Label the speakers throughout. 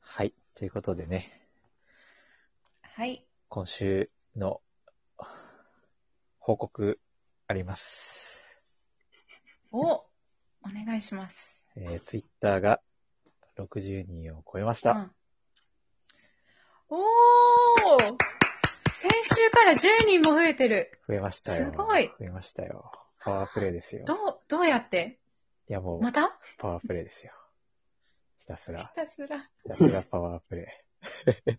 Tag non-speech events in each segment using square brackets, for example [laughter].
Speaker 1: はい。ということでね、
Speaker 2: はい。
Speaker 1: 今週の報告あります。
Speaker 2: おお願いします。
Speaker 1: えー、Twitter が60人を超えました。
Speaker 2: うんおお先週から10人も増えてる。
Speaker 1: 増えましたよ。
Speaker 2: すごい
Speaker 1: 増えましたよ。パワープレイですよ。
Speaker 2: どう、どうやって
Speaker 1: いやもう、
Speaker 2: また
Speaker 1: パワープレイですよ。ひたすら、
Speaker 2: [laughs] ひたすら。
Speaker 1: ひたすらパワープレイ。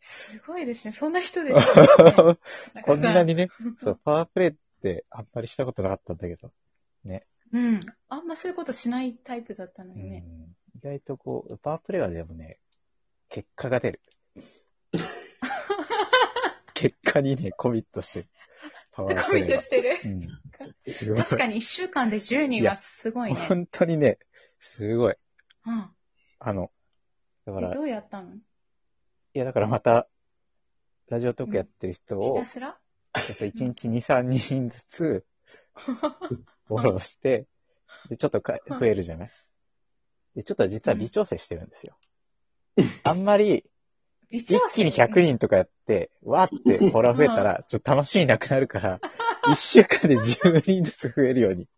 Speaker 2: すごいですね。そんな
Speaker 1: [laughs]
Speaker 2: 人でした、ね。 [laughs] かさ
Speaker 1: こんなにね、そう、パワープレイってあんまりしたことなかったんだけど、
Speaker 2: うん。あんまそういうことしないタイプだったの
Speaker 1: う
Speaker 2: にね。
Speaker 1: ん、意外とこう、パワープレイはでもね、結果が
Speaker 2: [laughs]
Speaker 1: 出る。結果にね、コミットしてる。パワー
Speaker 2: [laughs] コ
Speaker 1: プレ
Speaker 2: ミ
Speaker 1: イ
Speaker 2: ッ
Speaker 1: は
Speaker 2: ト。してる。
Speaker 1: うん、
Speaker 2: [laughs] 確かに1週間で10人はすごいね。
Speaker 1: 本当にね、すごい。
Speaker 2: うん。
Speaker 1: あの、だか
Speaker 2: え
Speaker 1: ら、い
Speaker 2: どうやったの
Speaker 1: やだからまた、ラジオトークやってる人
Speaker 2: ひ
Speaker 1: を、
Speaker 2: たすら
Speaker 1: ちょっと1日2、3人ず
Speaker 2: [laughs]
Speaker 1: つ、フォローして、で、ちょっとか増えるじゃないで、ちょっと実は微調整してるんですよ。あんまり、
Speaker 2: 一
Speaker 1: 一気に100人とかやって、わーってフォロー増えたら、ちょっと楽しみなくなるから、1週 [laughs] 間で10人ずつ増えるように。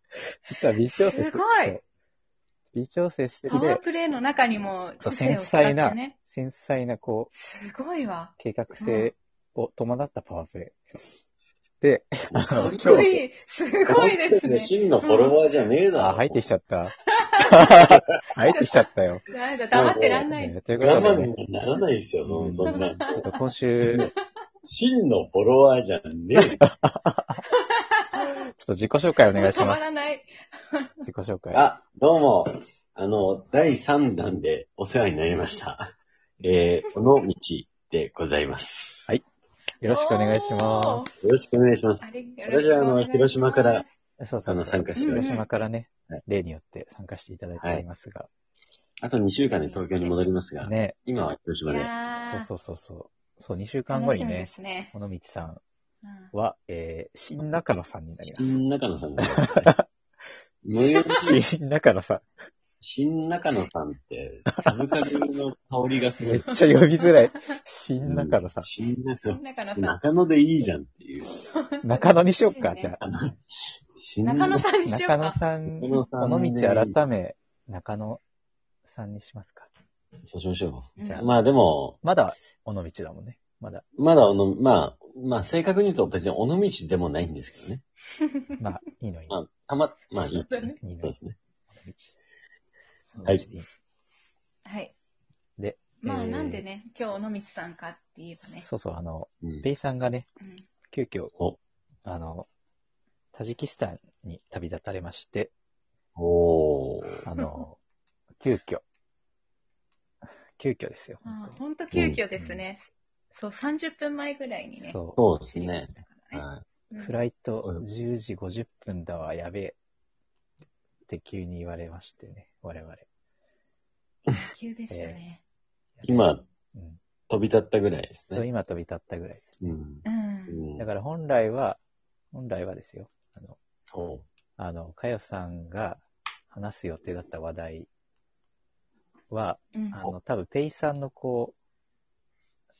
Speaker 1: 実は微調整して
Speaker 2: すごい
Speaker 1: そう微調整して
Speaker 2: パ
Speaker 1: る
Speaker 2: ワー
Speaker 1: で、
Speaker 2: プレイの中にも知性を使
Speaker 1: 繊細
Speaker 2: って
Speaker 1: な
Speaker 2: ね。
Speaker 1: 繊細なこう、
Speaker 2: すごいわ。
Speaker 1: 計画性を伴ったパワープレイ。で、あの、
Speaker 2: かっ
Speaker 1: 今
Speaker 2: こ
Speaker 1: 日、
Speaker 2: いい。すごいですね。
Speaker 3: 真のフォロワーじゃねえだろ。
Speaker 1: あ、入ってきちゃった。
Speaker 2: [laughs]
Speaker 1: 入ってきちゃったよ。
Speaker 2: なんだ、黙ってらんない。
Speaker 1: ねというこ
Speaker 3: 我
Speaker 1: とで
Speaker 3: 慢
Speaker 1: ね、
Speaker 3: にならないですよ、そんそんな。
Speaker 1: ちょっと今週、
Speaker 3: 真のフォロワーじゃね
Speaker 1: ちょっと自己紹介お願いし
Speaker 2: 止
Speaker 1: ま
Speaker 2: ますら。ない。。
Speaker 1: 自己紹介。
Speaker 3: え。あ、どうも。あの、第3弾でお世話になりました。えー、尾道でございます。
Speaker 1: はいよろしくお願いしま
Speaker 3: よろしくお願いしますす
Speaker 2: あ。り
Speaker 3: 私はあの広島から。
Speaker 1: す。そうそう
Speaker 3: あの参加して
Speaker 2: おります
Speaker 1: 広島からね
Speaker 3: はい、
Speaker 1: 例によって参加していただいておりますが。
Speaker 3: あと2週間で東京に戻りますが、
Speaker 1: ね、
Speaker 3: 今は
Speaker 2: い
Speaker 3: 広島で。
Speaker 2: やー
Speaker 1: そうそうそうそう。そう、2週間後
Speaker 2: 楽し
Speaker 1: に
Speaker 2: みで
Speaker 1: ね、
Speaker 2: すね。
Speaker 1: 尾道さん
Speaker 2: うん
Speaker 1: は、えー、新中野さんになります。
Speaker 3: 新中野さんで。最寄り市
Speaker 1: 新中野さ
Speaker 3: 新中野さんって、サブカルの香りがす
Speaker 1: ん。
Speaker 3: ご
Speaker 1: めっ
Speaker 3: い。
Speaker 1: ちゃ呼びづらい。新中野さん。
Speaker 3: 新中野。
Speaker 2: 中野さ
Speaker 3: 中野でいいじゃんっていう。
Speaker 1: 中野にしよっか、
Speaker 2: 新ね
Speaker 1: じゃあ。
Speaker 2: ん。
Speaker 3: 新
Speaker 2: 中野さんにしよう
Speaker 1: 中野
Speaker 2: か。
Speaker 1: さん、
Speaker 3: 中野さん
Speaker 1: 尾
Speaker 3: で
Speaker 1: 道改め、中野さんにしますか。
Speaker 3: そうしましょ
Speaker 2: うん
Speaker 1: じゃ
Speaker 3: う。まあでも、
Speaker 1: まだ、尾道だもんね。まだ。
Speaker 3: まだおの、まあ、まあ正確に言うと別に尾道でもないんですけどね。
Speaker 1: まあ、いいのいい
Speaker 3: ま
Speaker 1: の。
Speaker 3: あ、たま、まあいい。
Speaker 2: [laughs] そうだね
Speaker 1: いいの
Speaker 3: そうですね。
Speaker 1: 尾道。
Speaker 3: はい
Speaker 1: 尾道でい
Speaker 2: [laughs] はい。
Speaker 1: で
Speaker 2: まあ、
Speaker 1: えー
Speaker 2: なんでね、今日、野道さんかって言えばね。
Speaker 1: そうそう、あの、
Speaker 3: うん
Speaker 1: ベイさんがね、
Speaker 2: うん
Speaker 1: 急遽
Speaker 3: お、
Speaker 1: あの、タジキスタンに旅立たれまして、
Speaker 3: おー。
Speaker 1: あの、急遽、急遽ですよ。
Speaker 2: あーほんと急遽ですね。そう、30分前ぐらいにね。
Speaker 1: そ
Speaker 3: そうです
Speaker 2: 知りま
Speaker 3: ね
Speaker 2: し。たからね
Speaker 3: は
Speaker 2: う
Speaker 1: う。
Speaker 2: ん
Speaker 1: フライト10時50分だわ、やべえ。って急に言われましてね、我々。
Speaker 2: 急でしたね。
Speaker 3: い今、
Speaker 1: うん。
Speaker 3: 飛び立ったぐらいです
Speaker 1: そう、
Speaker 3: ね。
Speaker 1: 今飛び立ったぐらいです。
Speaker 3: うん。
Speaker 2: うん。
Speaker 1: だから本来は、本来はですよ、あの、
Speaker 3: お
Speaker 1: あの、かよさんが話す予定だった話題は、
Speaker 2: うん
Speaker 1: あの、多分ペイさんのこ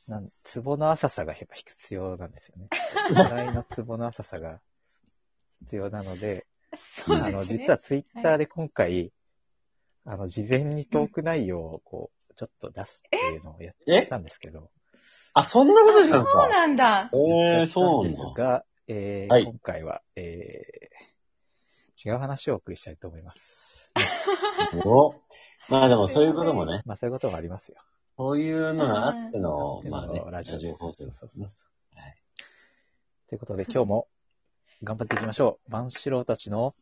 Speaker 1: う、なん、ツボの浅さがやっぱ必要なんですよ
Speaker 3: [laughs]
Speaker 1: ね。お互いのツボの浅さが必要なので、
Speaker 2: そう
Speaker 1: あ
Speaker 2: で
Speaker 1: の、
Speaker 2: すね
Speaker 1: 実は。ツイッターで今回、あの、事前にトーク内容をこう、ちょっと出すっていうのをやっ
Speaker 3: え
Speaker 1: たんですけど、
Speaker 3: あ、そんなことしたの
Speaker 2: そう
Speaker 3: か
Speaker 2: なんだ。
Speaker 3: え
Speaker 1: や
Speaker 3: ー、
Speaker 1: った
Speaker 3: そうなん
Speaker 1: です
Speaker 3: だ。
Speaker 1: が、えー
Speaker 3: はい
Speaker 1: 今回は、えー、違う話をお送りしたいと思います。
Speaker 3: おまあでもそういうこともね、
Speaker 1: まあそういうこともありますよ。
Speaker 3: そういうのがあっての、
Speaker 1: うん
Speaker 3: まあね、
Speaker 1: ラ
Speaker 3: ラ
Speaker 1: ジオ
Speaker 3: ジオ放送
Speaker 1: そう
Speaker 3: で
Speaker 1: そう
Speaker 3: す
Speaker 1: そう
Speaker 3: ね。
Speaker 1: はい。ということで、今日も頑張っていきましょ [laughs] う。万志郎たちの、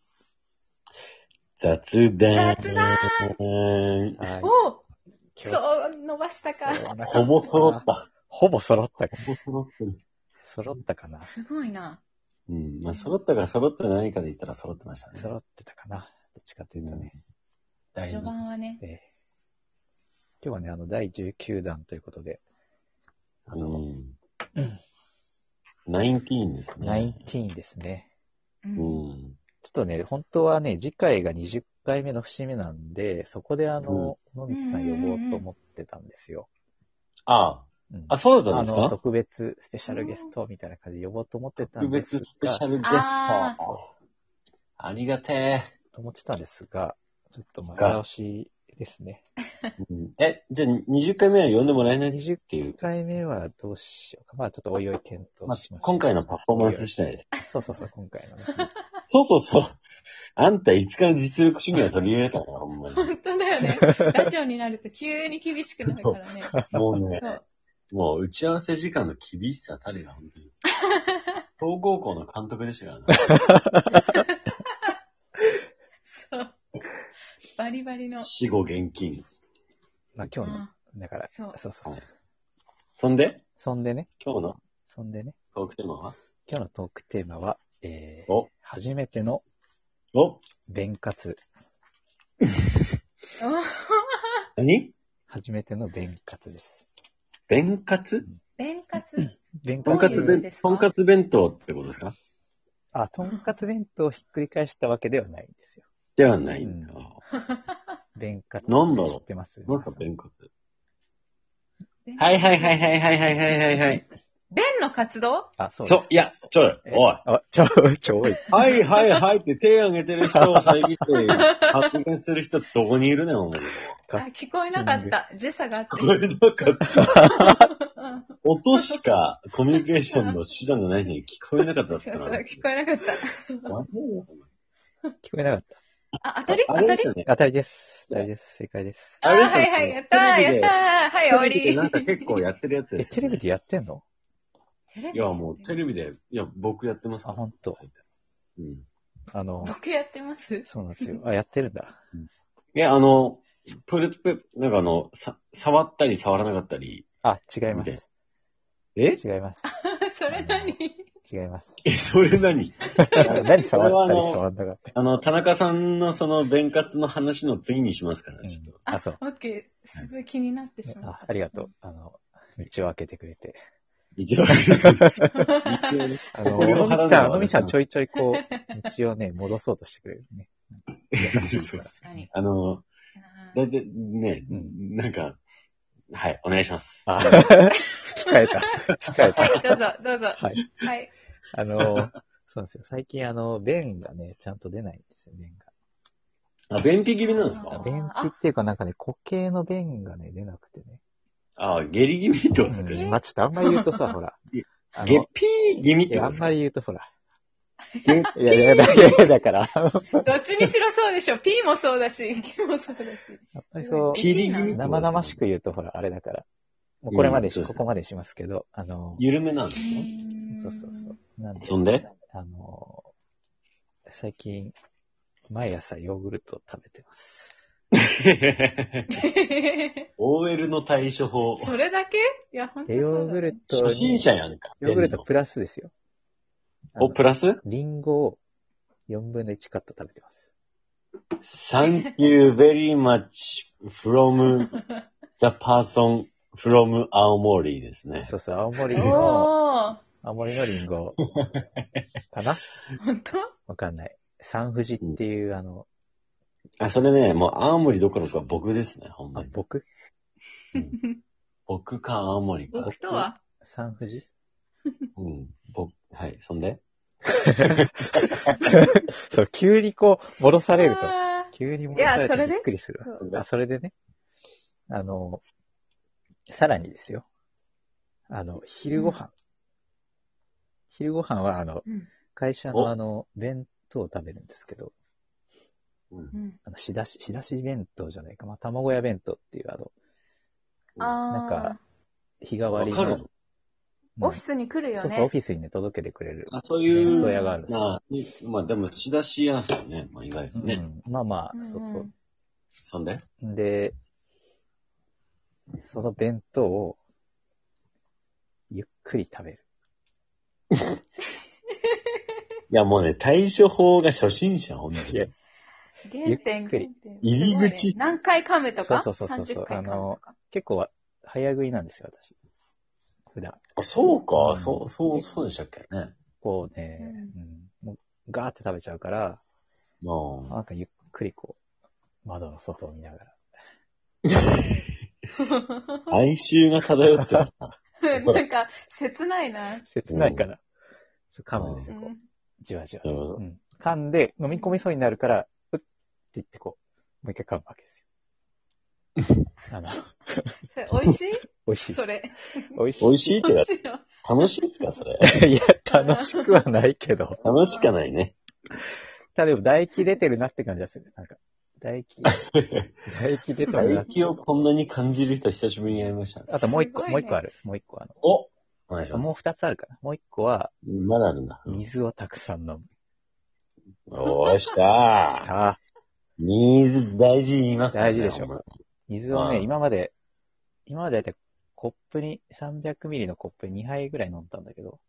Speaker 3: 雑談。
Speaker 2: 雑談
Speaker 1: はい
Speaker 2: おう
Speaker 1: 今日
Speaker 2: そう、伸ばしたか。
Speaker 3: ほぼ揃っ。た。
Speaker 1: ほぼ揃ったか。
Speaker 3: ほぼ揃ってる。
Speaker 1: 揃ったかな。
Speaker 2: すごいな。
Speaker 3: うん。まあ、揃ったか揃ってないかで言ったら揃ってましたね。
Speaker 1: 揃ってたかな。どっちかというとね。
Speaker 3: 大丈
Speaker 2: 序
Speaker 3: 夫。
Speaker 2: 盤はね。
Speaker 1: ええ今日はね、あの、第19弾ということで、
Speaker 3: あの、ナインティーンですね。
Speaker 1: 19ですね。
Speaker 2: う
Speaker 3: うんん。
Speaker 1: ちょっとね、本当はね、次回が20回目の節目なんで、そこであの、野道さん呼ぼうと思ってたんですよ。
Speaker 3: あ
Speaker 1: うん
Speaker 3: あ、あ、そうだったん
Speaker 1: あ
Speaker 3: です
Speaker 1: の、
Speaker 3: か
Speaker 1: 特別スペシャルゲストみたいな感じで呼ぼうと思ってた
Speaker 3: 特
Speaker 1: んです
Speaker 3: 別
Speaker 1: が、
Speaker 3: スペシャルゲスト。
Speaker 2: あ
Speaker 3: あ
Speaker 2: ー
Speaker 3: りがて
Speaker 1: と思ってたんですが、ちょっと前倒しですね。
Speaker 3: え。うんえ、じゃあ20回目は呼んでもらえないっ
Speaker 1: 20
Speaker 3: ていう。
Speaker 1: 回目はどうしようか。まあちょっとおいおい検
Speaker 3: ま
Speaker 1: 討
Speaker 3: あ
Speaker 1: しましょう。
Speaker 3: 今回のパフォーマンス次第です。
Speaker 1: そうそうそう、今回
Speaker 3: [laughs]
Speaker 1: のね。
Speaker 3: そうそうそう。あんたいつから実力主義は取り入れたのほんまに。 [laughs]
Speaker 2: 本当だよね。ラジオになると急に厳しくなるからね。
Speaker 3: もうね
Speaker 2: そ、う。
Speaker 3: もう打ち合わせ時間の厳しさたるや、本当 [laughs] に。東高校の監督でしたから
Speaker 2: そう。バリバリの
Speaker 3: な。。死後現金。
Speaker 1: まあ今日の、
Speaker 2: あ
Speaker 1: だから、
Speaker 2: そ
Speaker 1: そううそうそう。
Speaker 3: そんで、
Speaker 1: そんでね、
Speaker 3: 今日の
Speaker 1: そんでね、
Speaker 3: トークテーマは
Speaker 1: 今日のトークテーマは、えー、
Speaker 3: お、
Speaker 1: 初めての
Speaker 3: お、
Speaker 1: 弁活。
Speaker 2: お
Speaker 3: 何
Speaker 1: 初めての弁活です。
Speaker 3: 弁活
Speaker 2: 弁活
Speaker 1: 弁
Speaker 3: とんか
Speaker 2: ど
Speaker 3: つ
Speaker 2: ういう字
Speaker 1: 弁
Speaker 2: です
Speaker 3: 弁、
Speaker 2: か
Speaker 3: とんかつ弁当ってことですか
Speaker 1: あ、とんかつ弁当をひっくり返したわけではないんですよ。
Speaker 3: ではないんだ。
Speaker 1: う弁活。
Speaker 3: なんだろう
Speaker 1: 知ってます
Speaker 3: なんすか弁活
Speaker 2: 弁
Speaker 3: はいはいはいはいはいはいはいはいはい。
Speaker 2: 弁の活動
Speaker 1: あ、そう
Speaker 3: そう
Speaker 1: で、す。
Speaker 3: いや、ちょい、
Speaker 1: え
Speaker 3: おい。
Speaker 1: あ、ちょ、 [laughs] ちょ、おい。
Speaker 3: はいはいはいって手挙げてる人を遮って発言する人どこにいるねん、お [laughs] 前。
Speaker 2: あ、聞こえなかった。時差があって。
Speaker 3: これなんか
Speaker 2: うん
Speaker 3: 音しかコミュニケーションの手段がないのに聞こえなかったっ
Speaker 2: そ [laughs]
Speaker 3: て
Speaker 2: うそ
Speaker 3: の
Speaker 2: う、
Speaker 3: は
Speaker 2: 聞こえなかっ
Speaker 3: 悪いよ
Speaker 1: 聞こえなかった。
Speaker 2: た。あ、当たり
Speaker 3: あ
Speaker 2: 当
Speaker 3: れ
Speaker 2: た
Speaker 3: で
Speaker 2: り
Speaker 3: すよね。
Speaker 1: 当たりです。当たりです。正解です。
Speaker 2: あ、
Speaker 3: あれですよ
Speaker 2: はいはい、やったー、
Speaker 3: テレビ
Speaker 2: や
Speaker 3: で
Speaker 2: ったー、はい、終
Speaker 3: テ
Speaker 2: わ
Speaker 3: レビでなんか
Speaker 2: り。
Speaker 3: 結構やってるやつで
Speaker 1: え、
Speaker 3: すよ、ね。
Speaker 1: テレビでやってんの
Speaker 2: テレ
Speaker 3: いや、もうテ
Speaker 2: ビ。
Speaker 3: レビで、いや、僕やってます
Speaker 1: あ、ほんと。
Speaker 3: うん。い
Speaker 1: あの、
Speaker 2: 僕やってます
Speaker 1: そうなんですよ。あ、やってるんだ。
Speaker 3: や、あの、プルプル、なんかあの、さ、触ったり触らなかったり。
Speaker 1: あ、違いま
Speaker 3: 見て
Speaker 1: す。
Speaker 3: え
Speaker 1: 違います。
Speaker 2: [laughs] それ何
Speaker 1: 違います。 [laughs]
Speaker 3: え、それ何
Speaker 1: 何触
Speaker 3: それ
Speaker 1: っ
Speaker 3: はあ
Speaker 1: たり
Speaker 3: の
Speaker 1: 触んなかったり。
Speaker 3: あの、田中さんのその、弁活の話の次にしますから、ちょっと。
Speaker 1: あ、そう。
Speaker 2: オッケー。すごい気になってしまっ
Speaker 1: あ
Speaker 2: た。
Speaker 1: ありが
Speaker 2: [laughs]
Speaker 1: とう。あの、道を開けてくれて。[laughs]
Speaker 3: 一応、 [laughs] 一応ね
Speaker 1: あの、
Speaker 3: これ
Speaker 1: 野
Speaker 3: を払
Speaker 1: 道
Speaker 3: うのは
Speaker 1: さん、
Speaker 3: 私
Speaker 1: 野道さんちょいちょいこう、道をね、戻そうとしてくれるね。 [laughs]
Speaker 3: そう
Speaker 2: 確かに。
Speaker 3: あの、
Speaker 2: あ
Speaker 3: だいたいね、
Speaker 1: うん
Speaker 3: なんか、はい、お願いします。
Speaker 1: あ、控えた。控え
Speaker 2: ーは
Speaker 1: た。
Speaker 2: い、どうぞ、どうぞ。
Speaker 1: はい。
Speaker 2: はい。
Speaker 1: あの、 [laughs] そうなんですよ。最近、あの、便がね、ちゃんと出ないんですよ、便
Speaker 3: あ、便秘気味なんです
Speaker 2: あ
Speaker 1: が。
Speaker 3: か
Speaker 1: 便秘っていうか、なんかね、固形の便がね、出なくてね。
Speaker 3: あ、下痢気味ってことですか、
Speaker 1: うんまあ、ちょっとあんまり言うと
Speaker 3: [laughs]
Speaker 1: さ、ほら。あ
Speaker 3: ゲッ
Speaker 1: の、
Speaker 3: ピー気味っ
Speaker 1: い
Speaker 3: て
Speaker 1: や、
Speaker 3: こ
Speaker 1: あん
Speaker 3: とです
Speaker 1: ま
Speaker 3: か
Speaker 1: り言うとほら。
Speaker 3: ゲ
Speaker 1: いやいや、だいやいやだから、あの
Speaker 2: どっちにしろそうでしょ。P もそうだし、Q もそうだし。
Speaker 1: やっぱりそう、
Speaker 3: ピリ気味
Speaker 1: 生々しく言うとほら、あれだから。もうこれまでし、ここまでしますけど、あの、
Speaker 3: 緩めなんですね。
Speaker 2: そ
Speaker 1: そうそうそう。。なんで、
Speaker 3: そんで
Speaker 1: あの、最近、毎朝ヨーグルトを食べてます。
Speaker 3: OL の対処法。
Speaker 2: [laughs] それだけいや、本当
Speaker 1: で、ヨーグルトに、
Speaker 3: 初心者やんか。
Speaker 1: ヨーグルトプラスですよ。
Speaker 3: お、プラス
Speaker 1: あのリンゴを4分の1カット食べてます。
Speaker 3: ?Thank you very much from the person from 青森ですね。
Speaker 1: そうそう、青森
Speaker 2: お
Speaker 1: の、
Speaker 2: お
Speaker 1: 青森のリン
Speaker 3: [laughs]
Speaker 1: ゴかな
Speaker 2: ー本当
Speaker 1: わかんない。三富士っていう、あの、
Speaker 3: あ、それね、もう青森どころか僕ですね、ほんま
Speaker 1: あ
Speaker 3: に。
Speaker 1: 僕
Speaker 3: 僕か青森か。
Speaker 2: 僕とは
Speaker 1: 三富士
Speaker 3: うん。僕、はい、そんで
Speaker 1: そう、急にこう、戻されると。
Speaker 2: あ
Speaker 1: 急に戻され
Speaker 2: いやそれ
Speaker 1: て
Speaker 2: で
Speaker 1: びっくりするわ。
Speaker 2: そ
Speaker 1: あ、それでね。あの、さらにですよ。あの、昼ご飯。昼ご飯は、あの、
Speaker 2: ーうん
Speaker 1: 会社
Speaker 3: お
Speaker 1: のあの、弁当を食べるんですけど、
Speaker 3: うん
Speaker 2: うん
Speaker 1: あの、仕出し、仕出し弁当じゃないか。まあ、卵屋弁当っていう、あの、
Speaker 2: あ
Speaker 1: なん
Speaker 2: ー
Speaker 1: か日替わり
Speaker 3: わか
Speaker 1: の。
Speaker 3: る
Speaker 1: うん
Speaker 2: オフィスに来るよ
Speaker 1: そう
Speaker 2: ね。
Speaker 1: そう、オフィスにね、届けてくれる。
Speaker 3: あ、そう
Speaker 1: 弁
Speaker 3: い
Speaker 1: 当
Speaker 3: う、
Speaker 1: 屋があるんですよ。
Speaker 3: まあ、ねまあでも、仕出し屋ですよね。まあ、意外とね。
Speaker 1: うん、まあまあ、
Speaker 2: うんうん
Speaker 1: そうそう。
Speaker 3: そんで
Speaker 1: で、その弁当を、ゆっくり食べる。
Speaker 3: いや、もうね、対処法が初心者、ほんと
Speaker 1: いや
Speaker 3: に。
Speaker 1: ゆ
Speaker 2: 原点、
Speaker 1: っ
Speaker 2: 原
Speaker 1: くり
Speaker 2: 点。
Speaker 3: 入り口
Speaker 2: すごいね何回噛むとか
Speaker 1: そうそうそうそう
Speaker 2: ?30 回噛むとか。
Speaker 1: 結構は、早食いなんですよ、私。普段。
Speaker 3: あ、そう
Speaker 1: う
Speaker 3: か
Speaker 1: ん、
Speaker 3: そう、そう、そうでしたっけね。
Speaker 1: こうね、
Speaker 2: うん
Speaker 1: うんもうガーって食べちゃうから、
Speaker 3: ああ
Speaker 1: なんかゆっくりこう、窓の外を見ながら。
Speaker 3: 哀愁が漂ってた。そう
Speaker 2: なんか、切ないな。
Speaker 1: 切ないから、そう噛むんです
Speaker 2: う
Speaker 1: よ、こ
Speaker 2: ん
Speaker 1: う。じわじわ
Speaker 3: な。るほど
Speaker 1: う。ん、噛んで、飲み込みそうになるから、うっって言ってこう、もう一回噛むわけ
Speaker 3: [laughs]
Speaker 1: ですよ。あの、
Speaker 2: それ、美味しい
Speaker 1: 美味しい。
Speaker 2: それ。
Speaker 1: 美味しい。
Speaker 3: 美味しいって
Speaker 2: 美
Speaker 3: な
Speaker 2: 味しいの
Speaker 3: 楽しいっすかそ [laughs] れ。
Speaker 1: [laughs] いや、楽しくはないけど。
Speaker 3: 楽しかないね。
Speaker 1: ただでも唾液出てるなって感じがする。なんか、唾
Speaker 3: [laughs]
Speaker 1: 液、唾液出てるな
Speaker 3: 唾。液をこんなに感じる人久しぶりに会いました。
Speaker 1: あともう一
Speaker 2: す
Speaker 1: 個、
Speaker 2: ごいね
Speaker 1: もう一個ある。もう一個あ
Speaker 3: おお願いしま
Speaker 1: の、
Speaker 3: す
Speaker 1: もう。二つあるかな。もう一個は、
Speaker 3: まだあるんだ。
Speaker 1: 水をたくさん飲む。
Speaker 3: おっしゃー。
Speaker 1: ああ、
Speaker 3: 水大事言いますからね
Speaker 1: 大事でしょ
Speaker 3: お前
Speaker 1: 水を
Speaker 3: ああ
Speaker 1: ね、今まで、今までだいたいコップに、300ミリのコップに2杯ぐらい飲んだんだけど、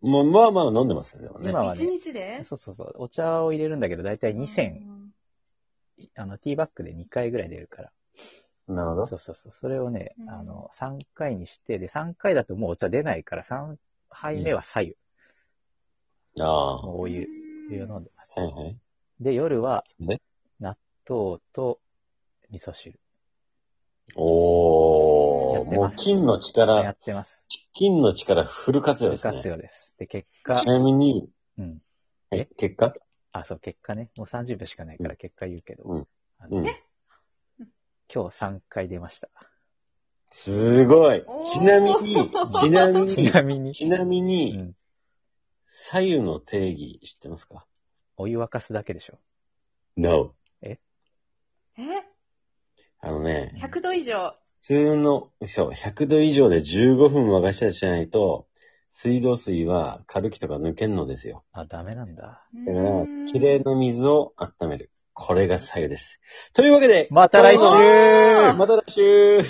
Speaker 3: まあまあまあ飲んでますね。でもね
Speaker 1: 今は
Speaker 2: 一
Speaker 1: ね、
Speaker 2: 日で
Speaker 1: そうそうそう、お茶を入れるんだけど、だいたい2000、
Speaker 2: うん
Speaker 1: あの、ティーバッグで2回ぐらい出るから。
Speaker 3: なるほど。
Speaker 1: そうそうそう。それをね
Speaker 2: う、ん
Speaker 1: あの、3回にして、で、3回だともうお茶出ないから、3杯目は左
Speaker 3: あ
Speaker 1: 右のお湯、お湯を飲んでます
Speaker 3: あ。。はいはい。
Speaker 1: で、夜は
Speaker 3: ね、
Speaker 1: 納豆と味噌汁。
Speaker 3: おー、
Speaker 1: やって
Speaker 3: も
Speaker 1: ま
Speaker 3: う
Speaker 1: す
Speaker 3: 金の
Speaker 1: や
Speaker 3: 力、
Speaker 1: ってます。
Speaker 3: 金の力フル活用です
Speaker 1: 活
Speaker 3: ね。
Speaker 1: 用です。で、結果
Speaker 3: ち、なみに、
Speaker 1: うん。
Speaker 3: は
Speaker 1: え
Speaker 3: い、結果
Speaker 1: あ、そう、結果ね。もう30秒しかないから結果言うけど。
Speaker 3: うん
Speaker 1: あ
Speaker 3: う
Speaker 1: の
Speaker 3: ん。
Speaker 1: 今日3回出ました。
Speaker 3: すごい
Speaker 2: おー
Speaker 3: ちなみ
Speaker 2: [laughs]
Speaker 3: に、ちなみ
Speaker 1: ち
Speaker 3: に、
Speaker 1: なみに、
Speaker 3: ちなみ
Speaker 1: う
Speaker 3: に、
Speaker 1: ん、
Speaker 3: 左右の定義知ってますか
Speaker 1: お湯沸かすだけでしょ。
Speaker 3: ?No。
Speaker 2: え
Speaker 3: あのね、
Speaker 2: ?100 度以上。
Speaker 3: 普通の、そう、100度以上で15分沸かしたりしないと、水道水はカルキとか抜けんのですよ。
Speaker 1: あ、ダメなんだ。
Speaker 2: う
Speaker 3: だから
Speaker 2: ーん、
Speaker 3: 綺麗な水を温める。これが左右です。というわけで、
Speaker 1: また来
Speaker 2: 週
Speaker 3: また来週